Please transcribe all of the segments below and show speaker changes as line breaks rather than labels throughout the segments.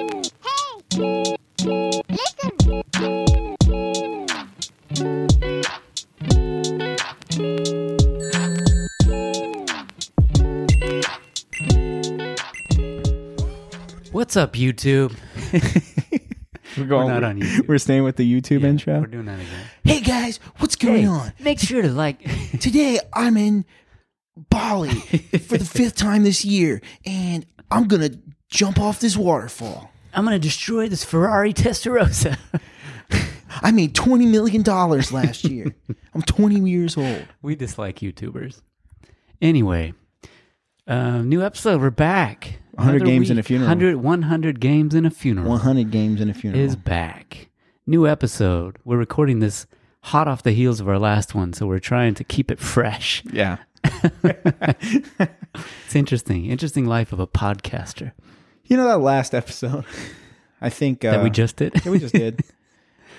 Hey! Listen!
What's up, YouTube?
We're going.
We're not on YouTube.
we're staying with the YouTube intro.
We're doing that again.
Hey guys, what's going on?
Make sure to like.
Today I'm in Bali for the fifth time this year, and I'm gonna jump off this waterfall.
I'm gonna destroy this Ferrari Testarossa.
I made twenty million dollars last year. I'm 20 years old.
we dislike YouTubers. Anyway, um, new episode. We're back.
100
Another
games in a
week.
funeral.
100, 100 games in a funeral
100 games in a funeral.
is back. New episode. We're recording this hot off the heels of our last one, so we're trying to keep it fresh.
yeah.
It's interesting. Interesting life of a podcaster
You know that last episode? I think uh,
that we just did.
yeah, we just did.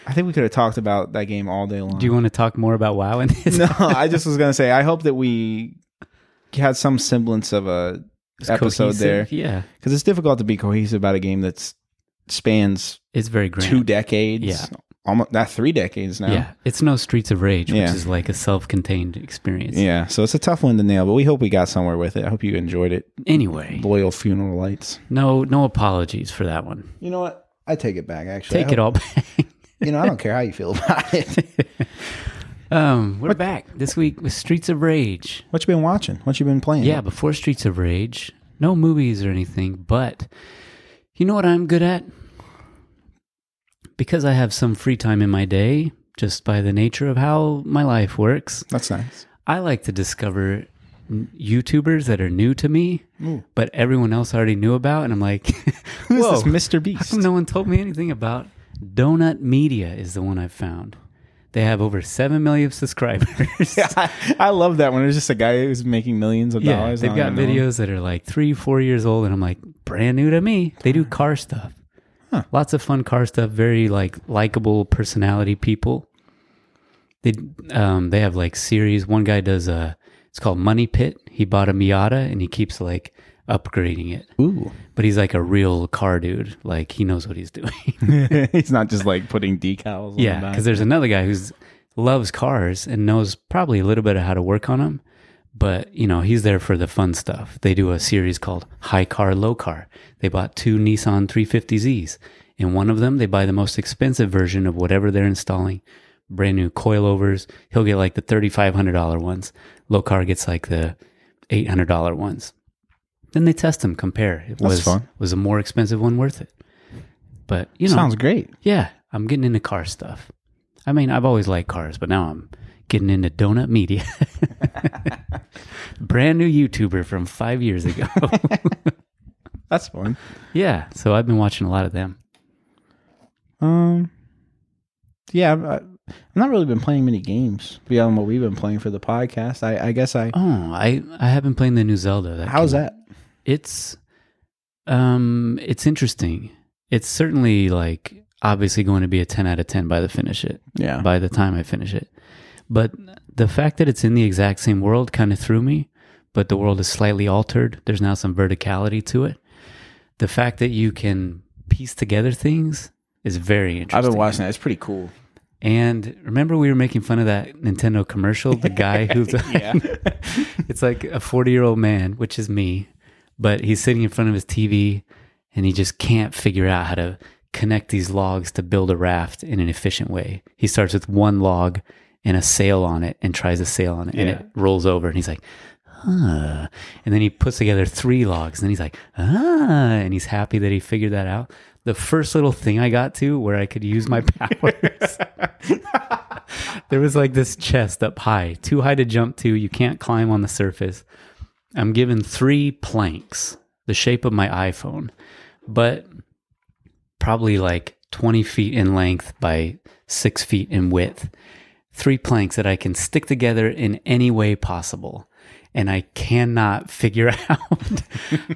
I think we could have talked about that game all day long.
Do you want to talk more about WoW and this?
no, I just was gonna say. I hope that we had some semblance of a episode
Cohesive?
there
Yeah.
because it's difficult to be cohesive about a game that spans
It's very grand.
two decades.
Yeah.
Almost not three decades now.
Yeah, it's no Streets of Rage, which
Yeah.
is like a self-contained experience.
Yeah, so it's a tough one to nail, but we hope we got somewhere with it. I hope you enjoyed it.
Anyway,
Loyal funeral lights.
no, no apologies for that one.
You know what? I take it back. Actually,
Take it all back.
You know, I don't care how you feel about it.
Um, we're back this week with Streets of Rage.
What you been watching? What you been playing?
Yeah, before Streets of Rage, no movies or anything. But you know what I'm good at? Because I have some free time in my day, just by the nature of how my life works.
that's nice.
I like to discover n- YouTubers that are new to me, but everyone else already knew about, and I'm like,
Who's
whoa,
this Mr. Beast?
no one told me anything about. Donut Media is the one I've found. They have over seven million subscribers.
I, I love that one. There's just a guy who's making millions of
Yeah,
dollars.
they've
and I
got
don't even know him.
videos that are like three, four years old, and I'm like, brand new to me. They do car stuff. Lots of fun car stuff. Very like likable personality people. They um they have like series. One guy does a it's called Money Pit. He bought a Miata and he keeps like upgrading it.
Ooh,
But he's like a real car dude. Like he knows what he's doing.
he's not just like putting decals.
Yeah,
on the
because
back.
there's another guy who's loves cars and knows probably a little bit of how to work on them, but you know he's there for the fun stuff. They do a series called High Car, Low Car. They bought two Nissan 350z's. In one of them, they buy the most expensive version of whatever they're installing, brand new coilovers. He'll get like the $3,500 ones. Low car gets like the $800 ones. Then they test them, compare. It was
fun.
was a more expensive one worth it? But you know,
sounds great.
yeah, I'm getting into car stuff. I mean, I've always liked cars, but now I'm getting into donut media. Brand new YouTuber from five years ago.
That's fun.
yeah, so I've been watching a lot of them.
Um, yeah, I, I've not really been playing many games beyond what we've been playing for the podcast. I, I guess I.
Oh, I I have been playing the new Zelda. That
How's
came-
that?
It's um, it's interesting. It's certainly like obviously going to be a ten out of ten by the finish it.
Yeah,
by the time I finish it. But the fact that it's in the exact same world kind of threw me, but the world is slightly altered. There's now some verticality to it. The fact that you can piece together things is very interesting.
I've been watching that. It's pretty cool.
And remember, we were making fun of that Nintendo commercial. The guy who's
Yeah.
it's like a forty-year-old man, which is me, but he's sitting in front of his TV, and he just can't figure out how to connect these logs to build a raft in an efficient way. He starts with one log and a sail on it, and tries a sail on it, and
Yeah.
it rolls over, and he's like. Huh. And then he puts together three logs, and he's like, ah, and he's happy that he figured that out. The first little thing I got to where I could use my powers there was like this chest up high, too high to jump to. You can't climb on the surface. I'm given three planks, the shape of my iPhone, but probably like 20 feet in length by six feet in width. Three planks that I can stick together in any way possible. And I cannot figure out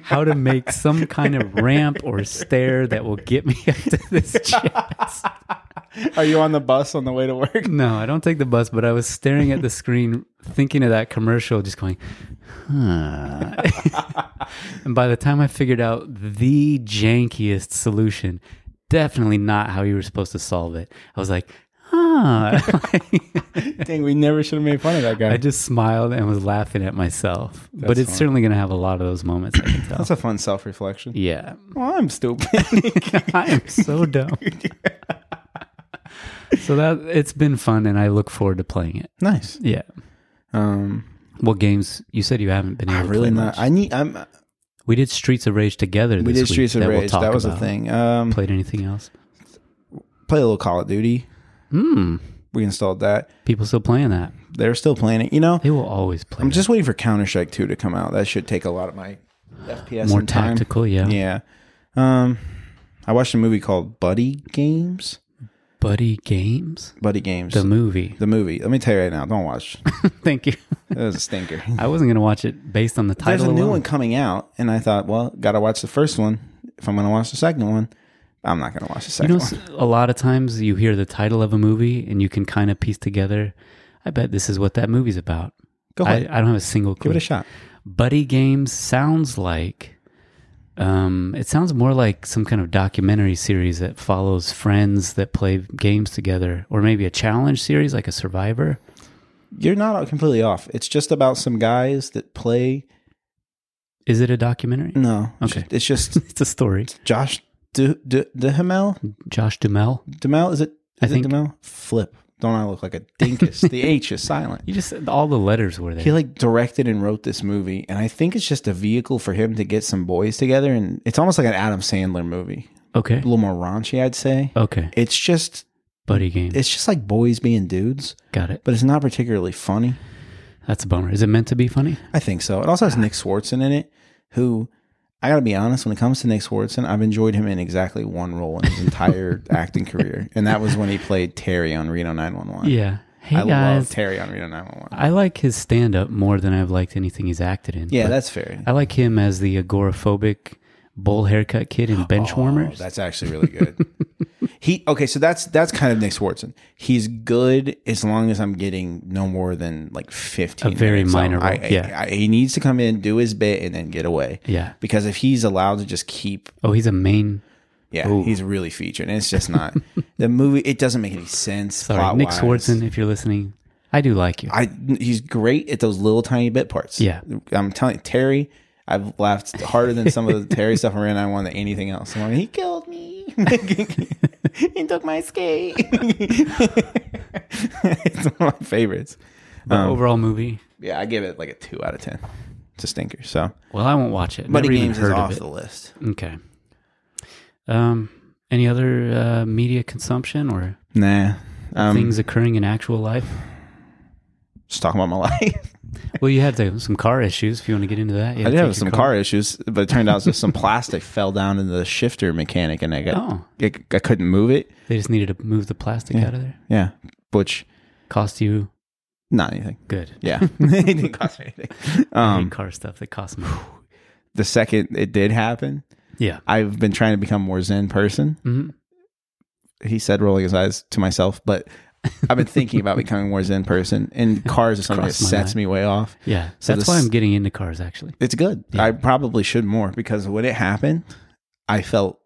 how to make some kind of ramp or stair that will get me up to this chest.
Are you on the bus on the way to work?
No, I don't take the bus, but I was staring at the screen, thinking of that commercial, just going, huh. and by the time I figured out the jankiest solution, definitely not how you were supposed to solve it, I was like, huh.
Dang, we never should have made fun of that guy.
I just smiled and was laughing at myself. but
That's
it's
funny.
certainly going to have a lot of those moments, I can tell.
That's a fun self reflection.
yeah.
Well, I'm stupid.
I am so dumb. so that it's been fun and I look forward to playing it.
nice.
Yeah.
Um,
What games you said you haven't been able
I
to
really
play
not.
much.
I need. I'm.
We did Streets of Rage together. This
We did
week
Streets of
that we'll
Rage.
talk
that was a
about.
thing. Um,
Played anything else?
play a little Call of Duty.
Hmm.
We installed that.
People still playing that.
They're still playing it. You know,
They will always play.
I'm
that.
just waiting for Counter Strike 2 to come out. That should take a lot of my FPS
more
and time.
tactical. Yeah.
Yeah. Um, I watched a movie called Buddy Games.
Buddy Games,
Buddy Games.
the
The,
movie.
movie. Let me tell you right now. Don't watch.
Thank you.
That was a stinker.
I wasn't gonna watch it based on the title.
There's a new
alone.
one coming out, and I thought, well, gotta watch the first one. If I'm gonna watch the second one, I'm not gonna watch the
You
second
know,
one.
s- a lot of times you hear the title of a movie and you can kind of piece together. I bet this is what that movie's about.
Go
I,
ahead,
I don't have a single clue.
give it a shot.
Buddy Games sounds like um, it sounds more like some kind of documentary series that follows friends that play games together, or maybe a challenge series like a Survivor.
You're not completely off. It's just about some guys that play.
Is it a documentary?
No,
Okay.
it's just
It's a story.
Josh De De Demel.
Josh Dumel.
Demel is it? Is
I
it
think-
Demel. Flip. Don't I look like a dinkus? the H is silent.
You just said all the letters were there.
He like directed and wrote this movie, and I think it's just a vehicle for him to get some boys together, and it's almost like an Adam Sandler movie, a
okay.
little more raunchy, I'd say.
Okay.
It's just
Buddy Games.
it's just like boys being dudes,
Got it.
but it's not particularly funny.
That's a bummer. Is it meant to be funny?
I think so. It also has Nick Swartzen in it, who I gotta be honest, when it comes to Nick Swartzen, I've enjoyed him in exactly one role in his entire acting career, and that was when he played Terry on Reno 911.
Yeah. Hey
I love
guys.
Terry on Reno 911.
I like his stand up more than I've liked anything he's acted in.
Yeah,
but
that's fair.
I like him as the agoraphobic bowl haircut kid in Benchwarmers.
Oh, that's actually really good. he okay, so that's that's kind of Nick Swartzen. He's good as long as I'm getting no more than like fifteen.
A very
minutes. So
minor
I-
role,
I-
yeah.
I- he needs to come in, do his bit, and then get away.
Yeah.
because if he's allowed to just keep,
Oh, he's a main.
yeah, he's really featured. And it's just not the movie. It doesn't make any sense.
Sorry, Nick Swartzen, if you're listening, I do like you.
I he's great at those little tiny bit parts.
Yeah.
I'm telling you, Terry. I've laughed harder than some of the Terry stuff I ran. I wanted anything else. I'm like, he killed me. he took my skate. it's one of my favorites.
but
Um,
overall movie,
Yeah, I give it like a two out of ten. It's a stinker. So,
well, I won't watch it.
Buddy
Never even
Games is
heard of
off
it.
the list.
Okay. Um, any other uh, media consumption or
Nah, um,
things occurring in actual life?
just talking about my life.
Well, you had the, some car issues. If you want to get into that,
I did have some car issues, but it turned out just some plastic fell down in the shifter mechanic, and I got
Oh,
I, I couldn't move it.
they just needed to move the plastic out of there.
Yeah, which
Cost you
not anything.
good.
Yeah, it didn't cost me anything.
I hate
Um,
car stuff that costs me.
the second it did happen,
yeah.
I've been trying to become more zen person.
Mhm.
He said, rolling his eyes to myself, but I've been thinking about becoming more zen person. And cars is something that
Crossed my
sets
mind.
me way off.
Yeah.
So
That's
this-
why I'm getting into cars, actually.
It's good.
Yeah.
I probably should more because when it happened, I felt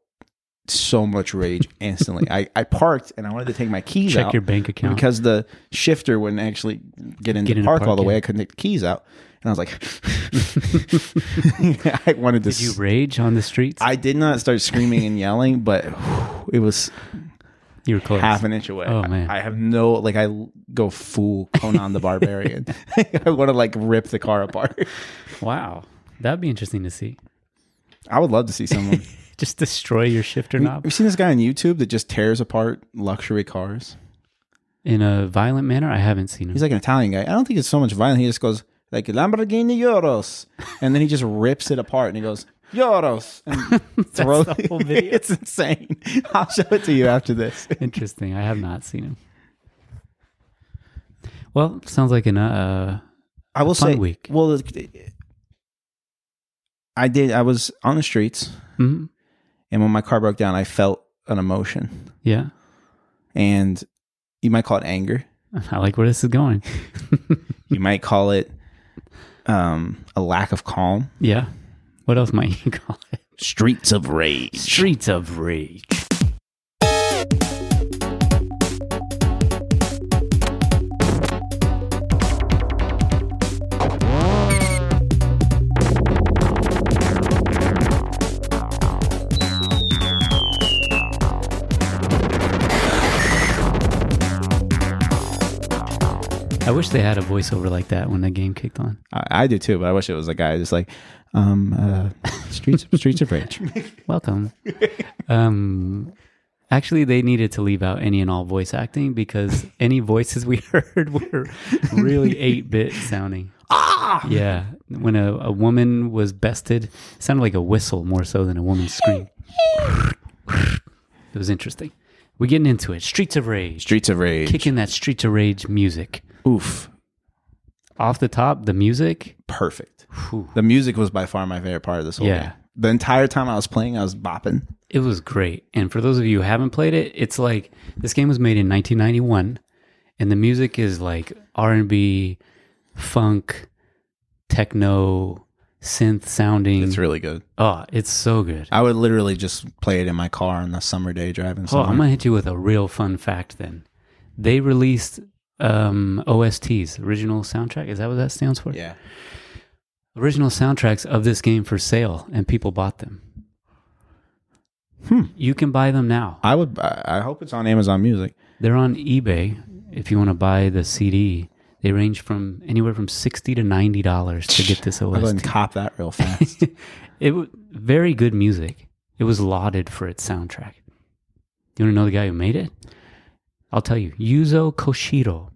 so much rage instantly. I, I parked and I wanted to take my keys
Check
out.
your bank account.
because the shifter wouldn't actually get into
Get
the
into
park, all
park,
the way.
yeah.
I couldn't take the keys out, and I was like, I wanted to.
Did you
s-
rage on the streets?
I did not start screaming and yelling, but it was
you were close.
half an inch away.
Oh, man.
I, I have no like. I l- go full Conan the Barbarian. I want to like rip the car apart.
Wow. That'd be interesting to see.
I would love to see someone.
Just destroy your shifter knob
Have you seen this guy on YouTube that just tears apart luxury cars?
in a violent manner? I haven't seen him.
He's like an Italian guy. I don't think it's so much violent. He just goes like Lamborghini Euros, and then he just rips it apart and he goes Euros and throws
the whole video?
it's insane. I'll show it to you after this.
Interesting. I have not seen him. Well, sounds like an uh
I will
Fun
say,
week.
well, it- I did. I was on the streets,
mhm.
and when my car broke down, I felt an emotion.
yeah.
and you might call it anger.
I like where this is going.
You might call it um, a lack of calm.
Yeah. What else might you call it?
Streets of Rage.
Streets of Rage. I wish they had a voiceover like that when the game kicked on.
I, I do too, but I wish it was a guy just like um, uh, streets streets of rage.
Welcome. um, actually, they needed to leave out any and all voice acting because any voices we heard were really 8 bit sounding. Ah! Yeah. When a, a woman was bested, it sounded like a whistle more so than a woman's scream. it was interesting. We're getting into it. Streets of Rage.
Streets of rage.
Kicking that Streets of Rage music.
Oof,
Off the top, the music.
perfect.
Whew.
The music was by far my favorite part of this whole
Yeah.
game. The entire time I was playing, I was bopping.
It was great. And for those of you who haven't played it, it's like this game was made in 1991 and the music is like R&B, funk, techno, synth sounding.
It's really good.
oh, it's so good.
I would literally just play it in my car on a summer day
Oh,
driving.
I'm
somewhere.
going to hit you with a real fun fact then. They released um, OSTs, original soundtrack. Is that what that stands for?
yeah.
original soundtracks of this game for sale and people bought them.
Hmm.
You can buy them now.
I would. I I hope it's on Amazon Music.
They're on eBay if you want to buy the CD. They range from anywhere from 60 to 90 dollars to get this
I'll go ahead
OST.
and cop that real fast.
It was very good music. It was lauded for its soundtrack. You want to know the guy who made it? I'll tell you. Yuzo Koshiro.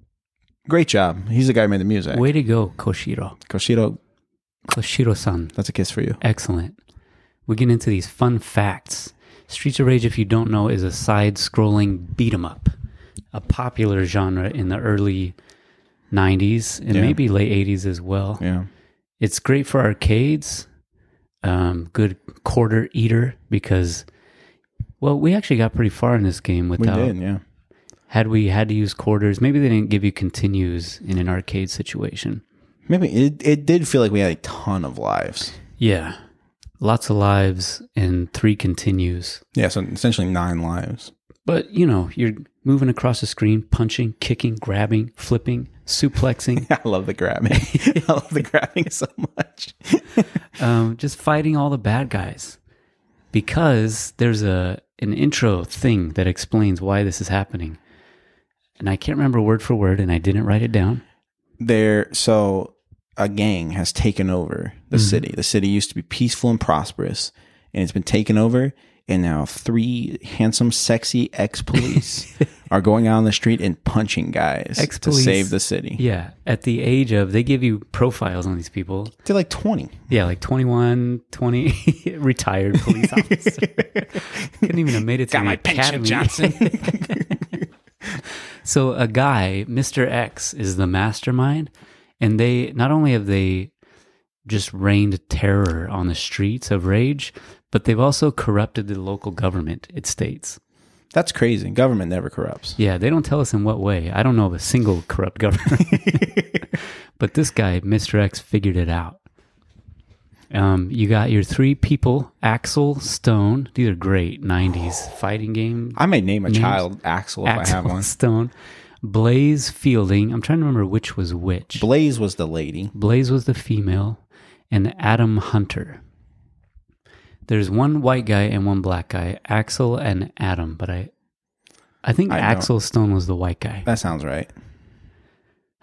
Great job. He's the guy who made the music.
Way to go, Koshiro.
Koshiro,
Koshiro-san.
that's a kiss for you.
Excellent. We get into these fun facts. Streets of Rage, if you don't know, is a side scrolling beat 'em up, a popular genre in the early 90s and
Yeah.
maybe late 80s as well.
Yeah.
It's great for arcades, um, good quarter eater because, well, we actually got pretty far in this game
We
without.
did. Yeah.
Had we had to use quarters, maybe they didn't give you continues in an arcade situation.
Maybe it, it did feel like we had a ton of lives.
Yeah. Lots of lives and three continues.
Yeah. So essentially nine lives.
But you know, you're moving across the screen, punching, kicking, grabbing, flipping, suplexing,
I love the grabbing. I love the grabbing so much.
um, just fighting all the bad guys. Because there's a an intro thing that explains why this is happening. And I can't remember word for word, and I didn't write it down.
There. So a gang has taken over the
Mm-hmm.
city. The city used to be peaceful and prosperous, and it's been taken over. And now three handsome, sexy ex police are going out on the street and punching guys to
Ex-police.
save the city.
Yeah. At the age of, they give you profiles on these people.
They're like 20.
Yeah, like 21, 20, retired police officer. Couldn't even have made it to the academy. so a guy, Mr. X, is the mastermind, and they not only have they just rained terror on the streets of rage, but they've also corrupted the local government. It states,
That's crazy. Government never corrupts.
yeah, they don't tell us in what way. I don't know of a single corrupt government, but this guy, Mr. X, figured it out. Um, you got your three people: Axel Stone. These are great '90s fighting game
Oh. I may name a child Axel if I have
Axel
one.
Stone, Blaze Fielding. I'm trying to remember which was which.
Blaze was the lady.
Blaze was the female, and Adam Hunter. There's one white guy and one black guy, Axel and Adam. But I, I think
I don't-
Axel Stone was the white guy.
That sounds right.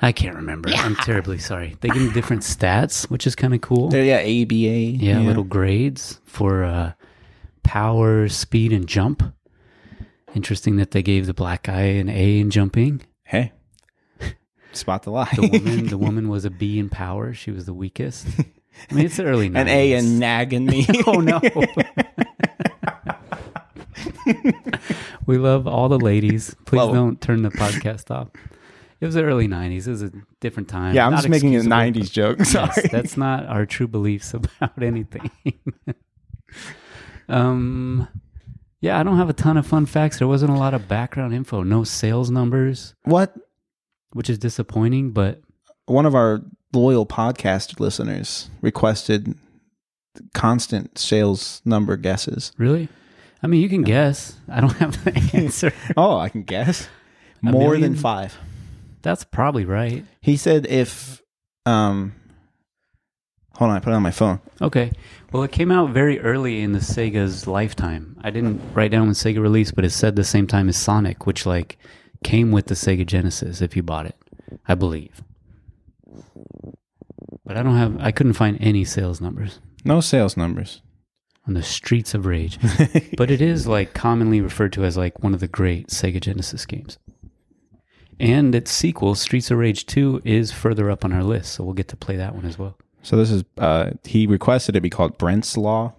I can't remember. I'm terribly sorry. They give you different stats, which is kind of cool.
There, yeah, ABA.
yeah, little grades for uh, power, speed, and jump. Interesting that they gave the black guy an A in jumping.
Hey, spot the lie.
the woman the woman was a B in power. She was the weakest. I mean, it's the early 90s.
An A and nagging me.
oh no. we love all the ladies. Please
Love 'em.
don't turn the podcast off. It was the early '90s. It was a different time.
yeah, I'm
Not
just making a
excusable, but-
'90s joke. Sorry.
Yes, that's not our true beliefs about anything. um, Yeah, I don't have a ton of fun facts. There wasn't a lot of background info, no sales numbers,
What
which is disappointing, but
one of our loyal podcast listeners requested constant sales number guesses.
really? I mean, you can guess. I don't have the answer.
Oh, I can guess. More
million?
than five.
That's probably right.
He said if um hold on, I put it on my phone.
Okay. Well, it came out very early in the Sega's lifetime. I didn't write down when Sega released, but it said the same time as Sonic, which like came with the Sega Genesis if you bought it, I believe. But I don't have I couldn't find any sales numbers
No sales numbers.
on the streets of rage. but it is like commonly referred to as like one of the great Sega Genesis games. And its sequel, Streets of Rage 2, is further up on our list, so we'll get to play that one as well.
So this is uh he requested it be called Brent's Law.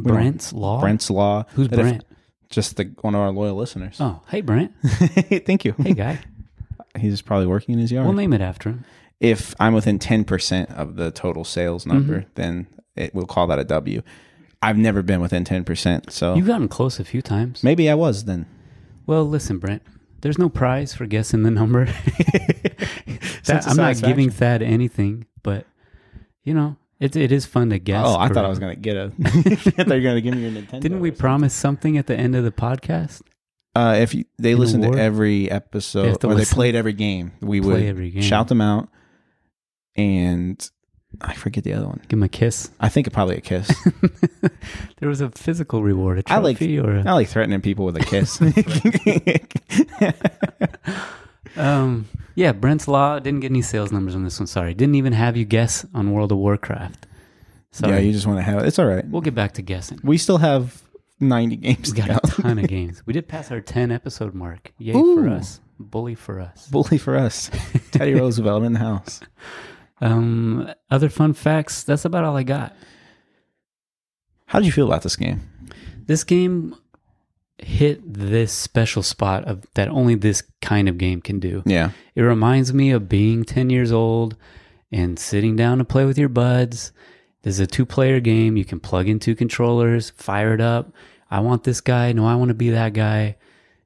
don't-
Brent's Law.
Brent's Law.
Who's
That if-
Brent?
just the one of our loyal listeners.
Oh, hey Brent.
Thank you.
Hey guy.
He's probably working in his yard.
We'll name it after him.
if I'm within 10% of the total sales number, then it we'll call that a W. I've never been within 10%, so
You've gotten close a few times.
maybe I was then.
Well, listen, Brent. There's no prize for guessing the number. That- I'm not giving Thad anything, but you know, it it is fun to guess.
Oh, I thought
correctly.
I was going to get a. I thought you were going to give me your Nintendo.
Didn't we promise something at the end of the podcast?
Uh, if you, they
An
listened to
award?
every
They
episode
have to
or they
listen.
played every game, we
Play
would
every game.
shout them out. And I forget the other one.
Give him a kiss.
I think it probably a kiss.
There was a physical reward, a
I like-
trophy, or a,
I like threatening people with a kiss.
um, yeah. Brent's Law didn't get any sales numbers on this one. Sorry, didn't even have you guess on World of Warcraft. Sorry,
yeah, you just want to have It's all right.
we'll get back to guessing.
We still have 90 games
We
to
got a
go.
ton of games. We did pass our 10 episode mark. Yay for
Ooh.
us. Bully for us.
Bully for us. Teddy Roosevelt in the house.
Um, other fun facts. That's about all I got.
How did you feel about this game?
This game hit this special spot of that only this kind of game can do.
Yeah.
It reminds me of being 10 years old and sitting down to play with your buds. This is a two player game. You can plug in two controllers, fire it up. I want this guy. No, I want to be that guy.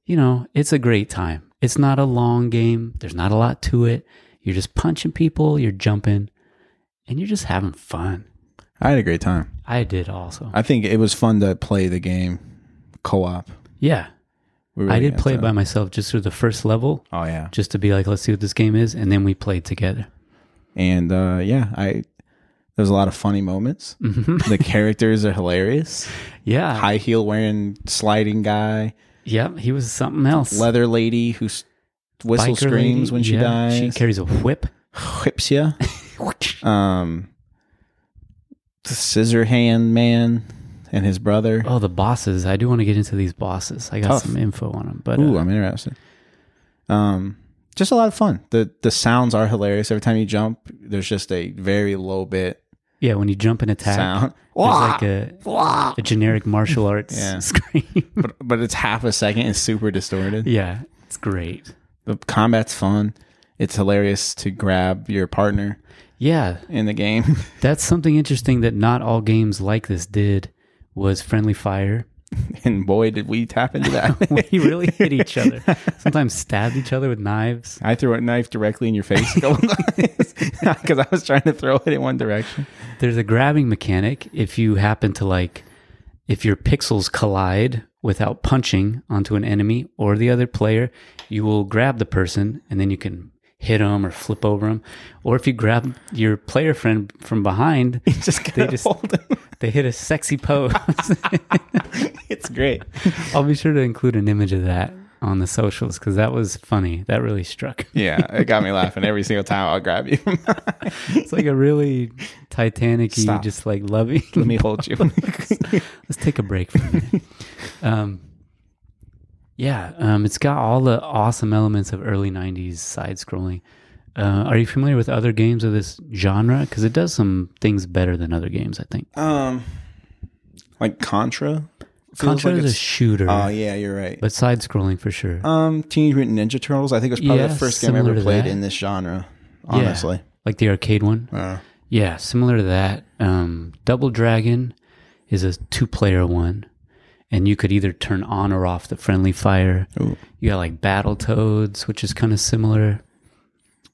You know, it's a great time. It's not a long game, there's not a lot to it. You're just punching people, you're jumping, and you're just having fun.
I had a great time.
I did also.
I think it was fun to play the game co op.
Yeah. I did play it by myself just through the first level,
Oh, yeah.
just to be like, let's see what this game is. And then we played together.
And uh, yeah, I. There's a lot of funny moments. The characters are hilarious.
Yeah.
High heel wearing sliding guy,
Yep. He was something else.
leather lady who s- whistle
Biker
screams
lady,
when she
yeah,
dies,
She carries a whip.
whips you. Um, the scissor hand man and his brother.
oh, the bosses. I do want to get into these bosses. I got
Tough.
some info on them. But uh,
Ooh, I'm interested. Um, just a lot of fun. the The sounds are hilarious. Every time you jump, there's just a very low bit
yeah, when you jump and attack,
sound,
there's like a, a generic martial arts
Yeah.
scream.
but, but it's half a second. It's super distorted.
yeah, it's great.
The combat's fun. It's hilarious to grab your partner
Yeah,
in the game.
that's something interesting that not all games like this did was friendly fire.
and boy, did we tap into that.
We really hit each other. Sometimes stabbed each other with knives.
I threw a knife directly in your face a couple times because I was trying to throw it in one direction.
There's a grabbing mechanic if you happen to like if your pixels collide without punching onto an enemy or the other player, you will grab the person and then you can hit them or flip over them. Or if you grab your player friend from behind,
Just gotta
They just-
hold it.
they hit a sexy pose.
It's great.
I'll be sure to include an image of that on the socials because that was funny. That really struck. me.
Yeah, it got me laughing every single time. I'll grab you.
It's like a really Titanic y,
Stop.
just like loving.
Let me hold you.
Let's take a break for a minute. um, yeah, um, it's got all the awesome elements of early 90s side scrolling. Uh, are you familiar with other games of this genre? Because it does some things better than other games, I think.
Um, like Contra. Feels
Contra
like
is a
it's-
shooter,
Oh yeah, you're right.
but side scrolling for sure.
um, Teenage Mutant Ninja Turtles. I think was probably
Yeah,
the first game I ever
similar to
played
that.
in this genre.
Yeah,
Honestly,
like the arcade one.
Uh,
Yeah, similar to that. Um, Double Dragon is a two player one. and you could either turn on or off the friendly fire.
Ooh.
You got like Battle Toads, which is kind of similar.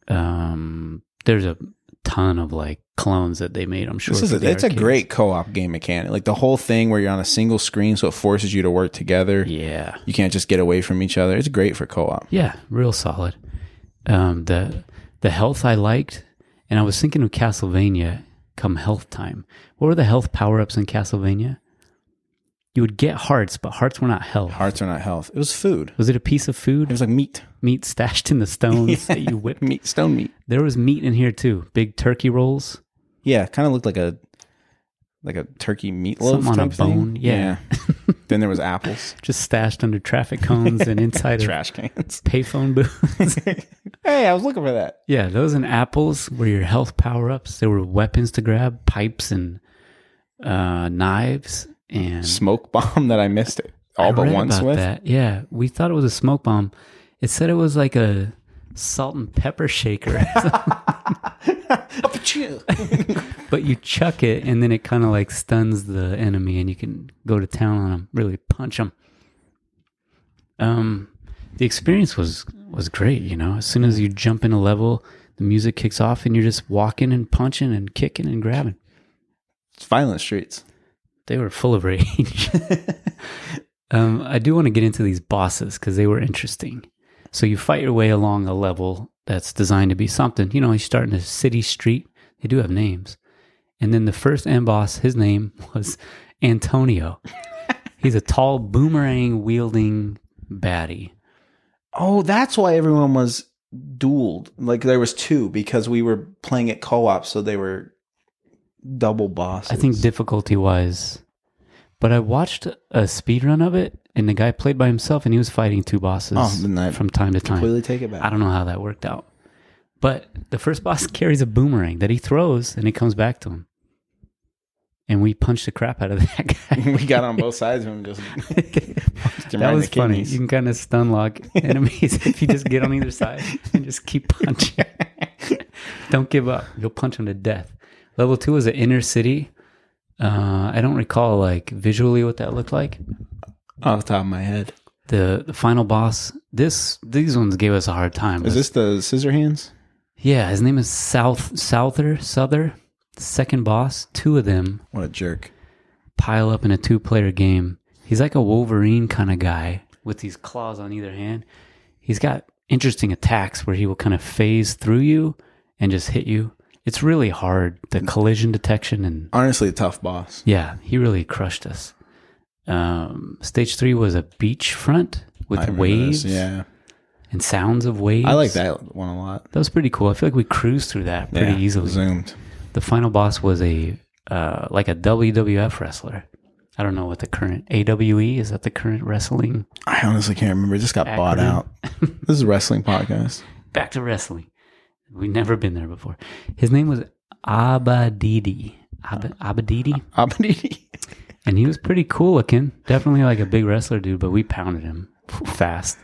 Um, there's a ton of like clones that they made. I'm sure
This is
for the
a, it's a
arcades.
great co-op game mechanic. Like the whole thing where you're on a single screen, so it forces you to work together.
yeah,
You can't just get away from each other. It's great for co-op.
yeah, real solid. Um, the the health I liked, and I was thinking of Castlevania come health time. What were the health power ups in Castlevania? You would get hearts, but hearts were not health.
Hearts are not health. It was food.
Was it a piece of
It
food?
was like meat,
Meat stashed in the stones that you whipped.
meat, stone meat.
There was meat in here too. Big turkey rolls.
Yeah, kind of looked like a like a turkey meatloaf
Something on a
type thing.
bone, yeah.
Yeah. then there was apples,
just stashed under traffic cones and inside of
trash cans.
payphone booths.
hey, I was looking for that.
yeah, those and apples were your health power ups. There were weapons to grab, pipes and uh, knives, and
Smoke bomb that I missed it all
I
but
read
once
about
with.
that. Yeah, we thought it was a smoke bomb. It said it was like a salt and pepper shaker, but you chuck it and then it kind of like stuns the enemy, and you can go to town on them, really punch them. um the experience was was great you know as soon as you jump in a level the music kicks off and you're just walking and punching and kicking and grabbing
It's violent streets.
they were full of rage um i do want to get into these bosses because they were interesting so you fight your way along a level that's designed to be something you know you start in a city street they do have names and then the first end boss his name was antonio he's a tall boomerang wielding baddie
Oh, that's why everyone was dueled. Like there was two because we were playing it co-op, so they were double bosses.
I think difficulty wise. But I watched a speed run of it, and the guy played by himself, and he was fighting two bosses
Oh, then I
from time to time.
completely take it back.
I don't know how that worked out. But the first boss carries a boomerang that he throws, and it comes back to him. And we punched the crap out of that guy.
we got on both sides of him. Just that
that was funny. You can kind of stun lock enemies if you just get on either side and just keep punching. don't give up. You'll punch them to death. Level two is an inner city. Uh, I don't recall like visually what that looked like.
Off the top of my head,
The the final boss. This these ones gave us a hard time.
is this the scissor hands?
yeah, his name is South Souther Souther. Second boss. Two of them
What a jerk!
pile up in a two player game. He's like a Wolverine kind of guy with these claws on either hand. He's got interesting attacks where he will kind of phase through you and just hit you. It's really hard, the collision detection and
Honestly, a tough boss.
yeah, he really crushed us. Um, stage three was a beachfront with
I remember this,
waves
Yeah,
and sounds of waves.
I like that one a lot.
That was pretty cool. I feel like we cruised through that pretty
Yeah,
easily
Zoomed.
the final boss was a uh, like a WWF wrestler. I don't know what the current AWE is that the current wrestling
I honestly can't remember. It just got bought
Acronym.
out. This is a wrestling podcast.
back to wrestling. We've never been there before. His name was Abadidi. Ab- Abadidi.
Abadidi.
And he was pretty cool looking. Definitely like a big wrestler dude, but we pounded him fast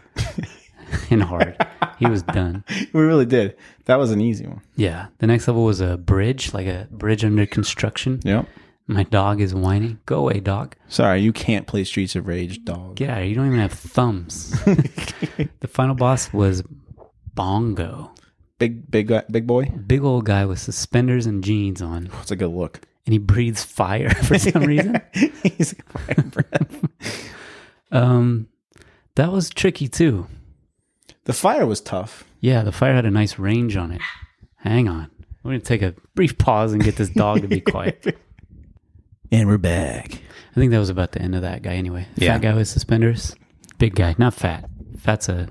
and hard. He was done.
we really did. That was an easy one.
Yeah. The next level was a bridge, like a bridge under construction.
Yep.
My dog is whining. Go away, dog.
Sorry, you can't play Streets of Rage, dog.
Yeah, you don't even have thumbs. the final boss was Bongo.
Big, big, guy- big boy.
Big old guy with suspenders and jeans on,
That's a good look.
and he breathes fire for some reason.
He's fire breath.
Um, that was tricky too.
The fire was tough.
Yeah, the fire had a nice range on it. Hang on. We're going to take a brief pause and get this dog to be quiet.
And we're back.
I think that was about the end of that guy anyway. The
Yeah.
Fat guy with suspenders. Big guy, not fat. Fat's a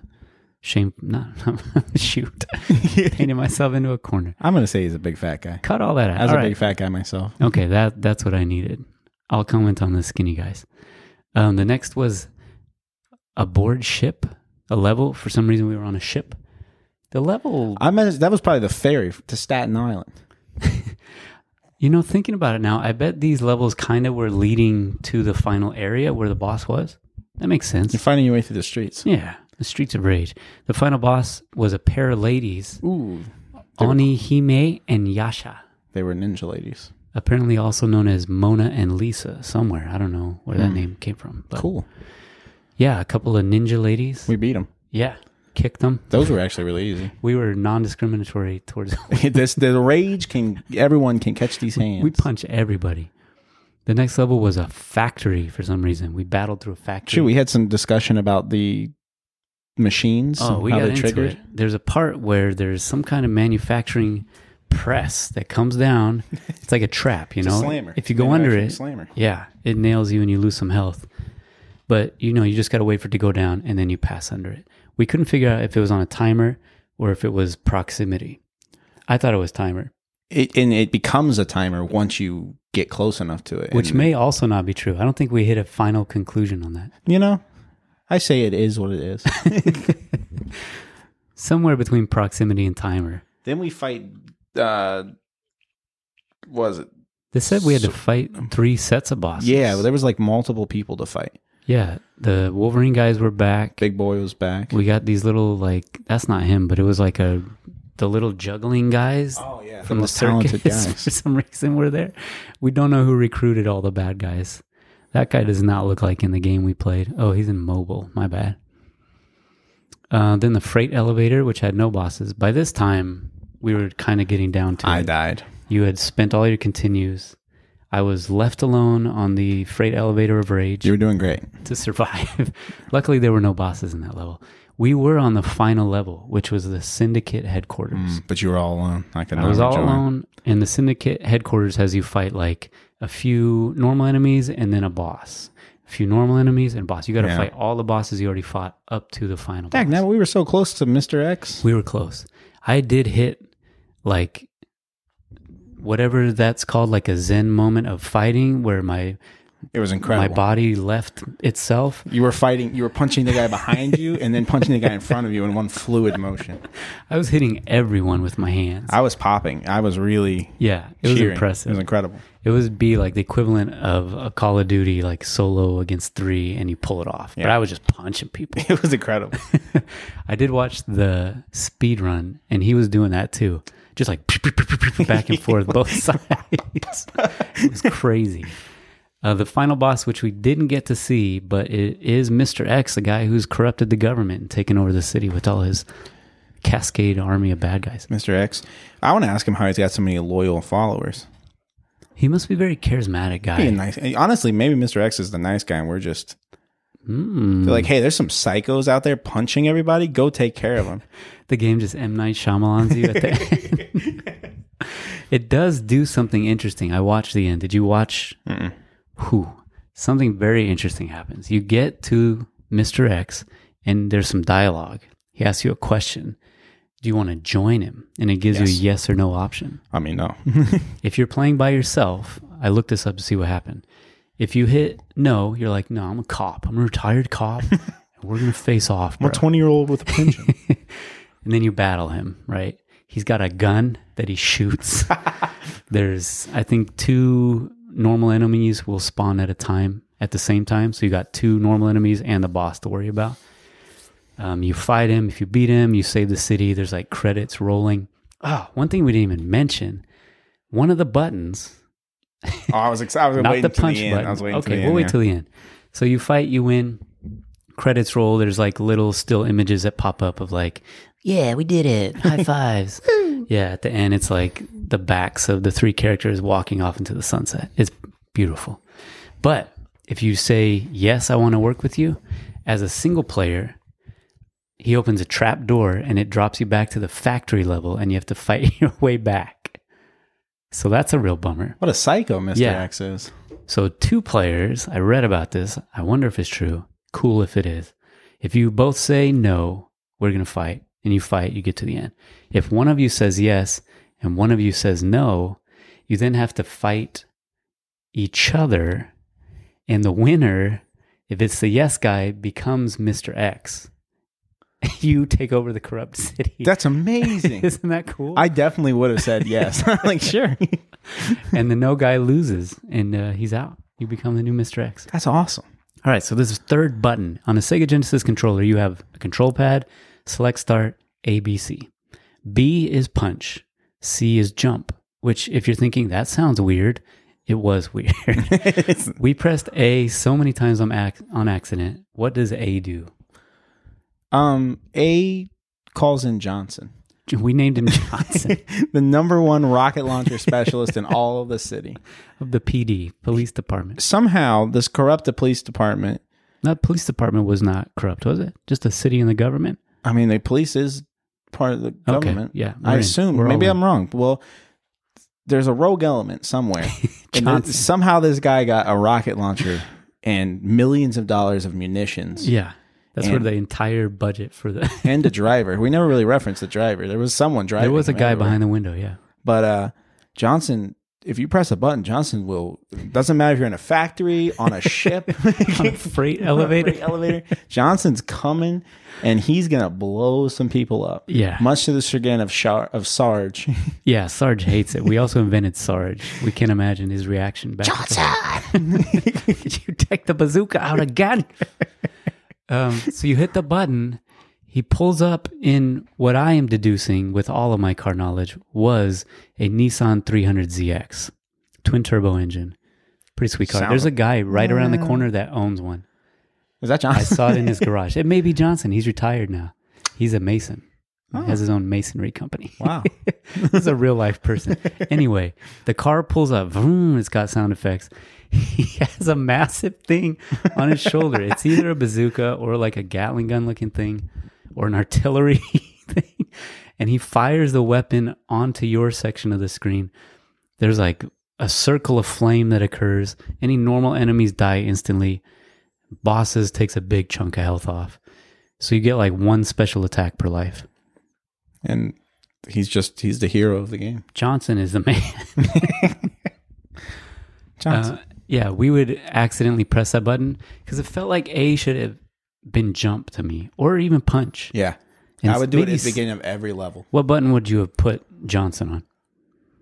shame. Not, shoot. Painted myself into a corner.
I'm gonna say he's a big fat guy.
Cut all that out.
As
All
a
right.
big fat guy myself,
Okay, that that's what I needed. I'll comment on the skinny guys. Um, the next was a board ship, a level. For some reason, we were on a ship. The level,
I meant that was probably the ferry to Staten Island.
you know, thinking about it now, I bet these levels kind of were leading to the final area where the boss was. That makes sense.
You're finding your way through the streets.
Yeah, the streets of rage. The final boss was a pair of ladies,
Ooh,
Oni Hime and Yasha.
they were ninja ladies.
apparently also known as Mona and Lisa somewhere. I don't know where that
Hmm.
name came from. But
Cool.
Yeah, a couple of ninja ladies.
We beat them.
yeah, kicked them.
Those were actually really easy.
We were non-discriminatory towards.
this the rage can everyone can catch these hands.
we punch everybody. The next level was a factory for some reason. We battled through a factory.
Sure, we had some discussion about the machines.
Oh,
and
we
how
got
they
into
triggered.
it. There's a part where there's some kind of manufacturing press that comes down. It's like a trap, you
a
know.
slammer.
If you go under
Manufacturing
it,
slammer.
yeah, it nails you and you lose some health. But you know, you just gotta wait for it to go down and then you pass under it. We couldn't figure out if it was on a timer or if it was proximity. I thought it was timer,
it. And it becomes a timer once you get close enough to it.
which
And,
may also not be true. I don't think we hit a final conclusion on that.
you know, I say it is what it is.
Somewhere between proximity and timer.
then we fight. uh Was it?
They said we had to fight three sets of bosses.
um, Yeah, but there was like multiple people to fight.
Yeah, the Wolverine guys were back.
Big boy was back.
we got these little like that's not him, but it was like a the little juggling guys
oh yeah,
from
the
the
talented
circus for
guys.
some reason were there. We don't know who recruited all the bad guys. That guy does not look like in the game we played. Oh, he's in mobile. My bad. Uh, then the freight elevator, which had no bosses. By this time, we were kind of getting down to
I
it.
died.
You had spent all your continues. I was left alone on the freight elevator of rage
You were doing great.
to survive. Luckily, there were no bosses in that level. We were on the final level, which was the Syndicate headquarters.
But you were all alone. I could
I
not
was all
join.
alone, and the Syndicate headquarters has you fight like a few normal enemies and then a boss. A few normal enemies and boss. You got to
Yeah.
fight all the bosses you already fought up to the final
Heck,
boss.
now we were so close to Mr. X.
We were close. I did hit like whatever that's called, like a Zen moment of fighting where my
It was
my
incredible.
body left itself
you were fighting. You were punching the guy behind you, and then punching the guy in front of you in one fluid motion.
I was hitting everyone with my hands.
I was popping. I was really.
yeah, it was
cheering. It
impressive.
was incredible.
It would be like the equivalent of a Call of Duty like solo against three, and you pull it off. But I was just punching people.
It was incredible.
I did watch the speed run, and he was doing that too, just like back and forth both sides. it was crazy. Uh, the final boss, which we didn't get to see, but it is Mr. X, the guy who's corrupted the government and taken over the city with all his cascade army of bad guys.
Mr. X. I want to ask him how he's got so many loyal followers.
He must be a very charismatic guy.
Be a nice. Honestly, maybe Mr. X is the nice guy, and we're just. They're like, hey, there's some psychos out there punching everybody. Go take care of them.
the game just M Night Shyamalan's you at the end. it does do something interesting. I watched the end. Did you watch? Who? Something very interesting happens. You get to Mr. X, and there's some dialogue. He asks you a question. Do you want to join him? And it gives you a yes or no option.
I mean, no.
If you're playing by yourself, I looked this up to see what happened. If you hit no, you're like, no, I'm a cop. I'm a retired cop. and we're gonna face off. Bro.
20 year old with a pension.
And then you battle him, right? He's got a gun that he shoots. There's, I think, two normal enemies will spawn at a time, at the same time. So you got two normal enemies and the boss to worry about. Um, you fight him. If you beat him, you save the city. There's like credits rolling. Ah, one thing we didn't even mention one of the buttons,
oh, I was excited. I was
not
waiting
the
till
punch
the end.
button.
I was waiting till
okay,
the
we'll
end,
wait
yeah.
till the end. So you fight, you win. Credits roll. There's like little still images that pop up of like, yeah, we did it. High fives. yeah, at the end, it's like the backs of the three characters walking off into the sunset. It's beautiful. But if you say yes, I want to work with you, as a single player, he opens a trap door and it drops you back to the factory level, and you have to fight your way back. So that's a real bummer.
What a psycho Mr.
Yeah.
X is.
So, two players, I read about this. I wonder if it's true. Cool if it is. If you both say no, we're going to fight, and you fight, you get to the end. If one of you says yes and one of you says no, you then have to fight each other. And the winner, if it's the yes guy, becomes Mr. X. you take over the corrupt city.
That's amazing.
Isn't that cool?
I definitely would have said yes. like, sure.
and the no guy loses, and uh, he's out. You become the new Mr. X.
That's awesome.
All right, so this is third button on a Sega Genesis controller. You have a control pad, select start, A, B, C. B is punch, C is jump, which if you're thinking that sounds weird, it was weird. we pressed A so many times on ac- on accident. What does A do?
um, A calls in Johnson,
We named him Johnson
the number one rocket launcher specialist in all of the city.
of the PD, police department.
Somehow, this corrupt police department.
That police department was not corrupt, was it? Just a city and the government?
I mean, the police is part of the government.
yeah, we're
I
in.
assume.
We're all
Maybe
in.
I'm wrong. Well, there's a rogue element somewhere. and then
Johnson.
somehow this guy got a rocket launcher and millions of dollars of munitions
Yeah. That's where
And-
the entire budget for the
and a driver. We never really referenced the driver. There was someone driving.
There was a
him
guy
everywhere.
behind the window, yeah.
But uh, Johnson, if you press a button, Johnson will. Doesn't matter if you're in a factory on a ship.
On a freight
elevator.
elevator.
elevator. Johnson's coming, and he's gonna blow some people up.
Yeah.
much to the chagrin of Shar- of Sarge.
Yeah, Sarge hates it. We also invented Sarge. We can't imagine his reaction back. Did you take the bazooka out again? um, so you hit the button. He pulls up in what I am deducing with all of my car knowledge was a Nissan 300ZX twin turbo engine. Pretty sweet car.
Sound-
There's a guy right around the corner that owns one.
Is that
I
Johnson?
saw it in his garage. It may be Johnson. He's retired now. He's a mason. He has his own masonry company.
Wow.
This is a real life person. Anyway, the car pulls up. Vroom, it's got sound effects. He has a massive thing on his shoulder. It's either a bazooka or like a Gatling gun looking thing or an artillery thing. And he fires the weapon onto your section of the screen. There's like a circle of flame that occurs. Any normal enemies die instantly. Bosses takes a big chunk of health off. So you get like one special attack per life.
and he's just he's the hero of the game.
Johnson is the man.
Johnson.
Uh, yeah, we would accidentally press that button because it felt like A should have been jump to me or even punch.
yeah,
And
I would do it
maybe
at
s-
the beginning of every level.
What button would you have put Johnson on?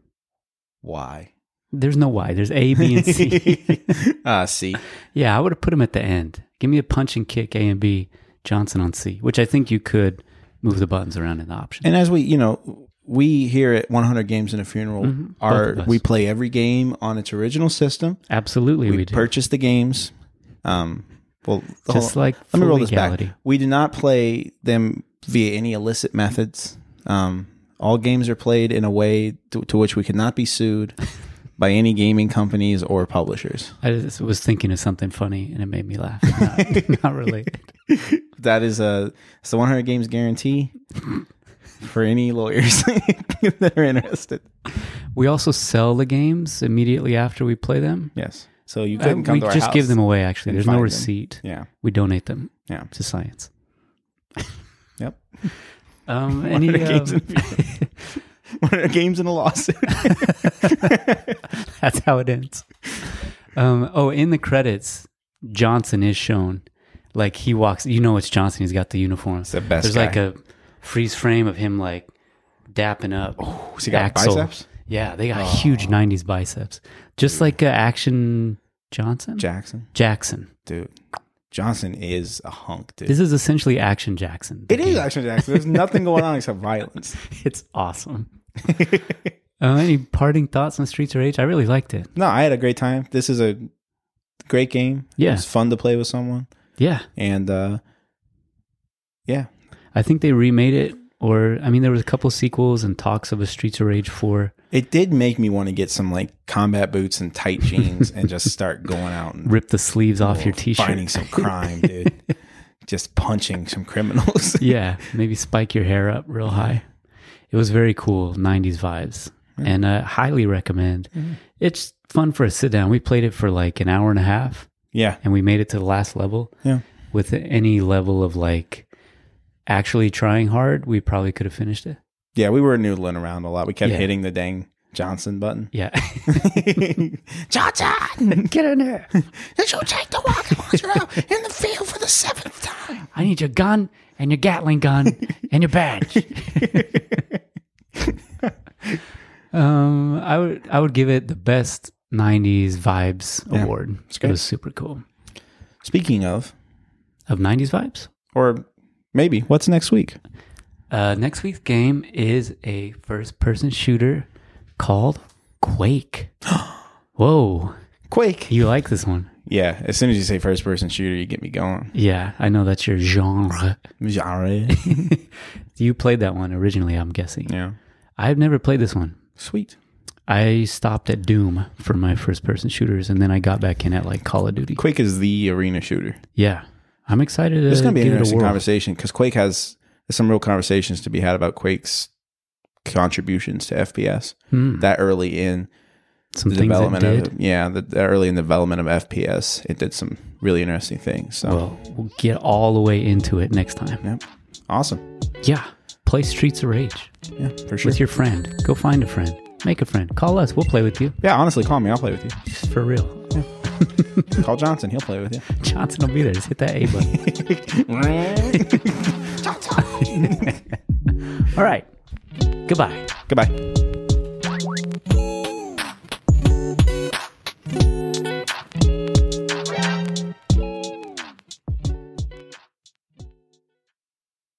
Why?
There's no Y. There's A, B, and C.
uh, C.
yeah, I would have put him at the end. Give me a punch and kick A and B, Johnson on C, which I think you could move the buttons around in the option.
And as we, you know, we here at 100 Games in a Funeral
Mm-hmm.
are
Both of us.
we play every game on its original system.
Absolutely, we,
We
do.
purchase the games. Um, well,
Just like
let me
for
roll this
legality.
back. We do not play them via any illicit methods. Um, all games are played in a way to, to which we could not be sued by any gaming companies or publishers.
I just was thinking of something funny and it made me laugh. Not, not related.
That is a it's the 100 games guarantee for any lawyers that are interested.
We also sell the games immediately after we play them.
Yes. So you
Uh,
couldn't come
we
to our
just
house.
give them away. Actually,
and
there's no
find them.
receipt.
Yeah.
We donate them
Yeah.
to science.
Yep.
Um, any,
Hundred games,
um,
in- 100 games in a lawsuit.
that's how it ends. Um, oh, in the credits, Johnson is shown. Like he walks, you know it's Johnson. He's got the uniform.
the best
There's
guy.
like a freeze frame of him like dapping up.
Oh, So you got
Axel.
biceps. Oh.
Yeah, they got huge '90s biceps, just like uh, Action Johnson
Jackson,
Jackson.
dude. Johnson is a hunk, dude.
This is essentially Action Jackson.
It is Action Jackson. There's nothing going on except violence.
It's awesome. uh, any parting thoughts on Streets of Rage? I really liked it.
No, I had a great time. This is a great game.
Yeah.
It's fun to play with someone.
Yeah,
And uh yeah.
I think they remade it, or I mean, there was a couple sequels and talks of a Streets of Rage four.
It did make me want to get some like combat boots and tight jeans and just start going out and
Rip the sleeves off your t-shirt.
Oh, finding some crime, dude. just punching some criminals.
yeah, maybe spike your hair up real high. It was very cool, '90s vibes, and I highly recommend.
Mm-hmm.
It's fun for a sit down. We played it for like an hour and a half,
yeah.
and we made it to the last level.
Yeah.
With any level of like actually trying hard, we probably could have finished it.
Yeah, we were noodling around a lot. We kept
Yeah.
hitting the dang Johnson button.
Yeah.
Johnson,
Get in there.
did you take the rocket launcher out in the field for the seventh time?
I need your gun and your Gatling gun and your badge. um, I would I would give it the best '90s vibes award. It
great.
was super cool.
Speaking of,
Of '90s vibes.
or maybe what's next week?
Uh, next week's game is a first-person shooter called Quake. Whoa,
Quake.
you like this one?
Yeah, as soon as you say first person shooter, you get me going.
Yeah, I know that's your genre.
Genre.
You played that one originally, I'm guessing.
yeah.
I've never played this one.
Sweet.
I stopped at Doom for my first person shooters, and then I got back in at like Call of Duty.
Quake is the arena shooter.
Yeah, I'm excited.
It's
It's
going to be an interesting
conversation.
conversation because Quake has there's some real conversations to be had about Quake's contributions to FPS that early in
Some
the
Hmm. things
development
that did.
of yeah, the, the early in the development of FPS, it did some really interesting things. So
Well, we'll get all the way into it next time.
yeah, awesome.
Yeah, play Streets of Rage
Yeah, for sure.
with your friend. Go find a friend. Make a friend. Call us. We'll play with you.
yeah, honestly, call me. I'll play with you.
For real.
Call Johnson. He'll play with you.
Johnson will be there. Just hit that A button. all right. Goodbye.
Goodbye.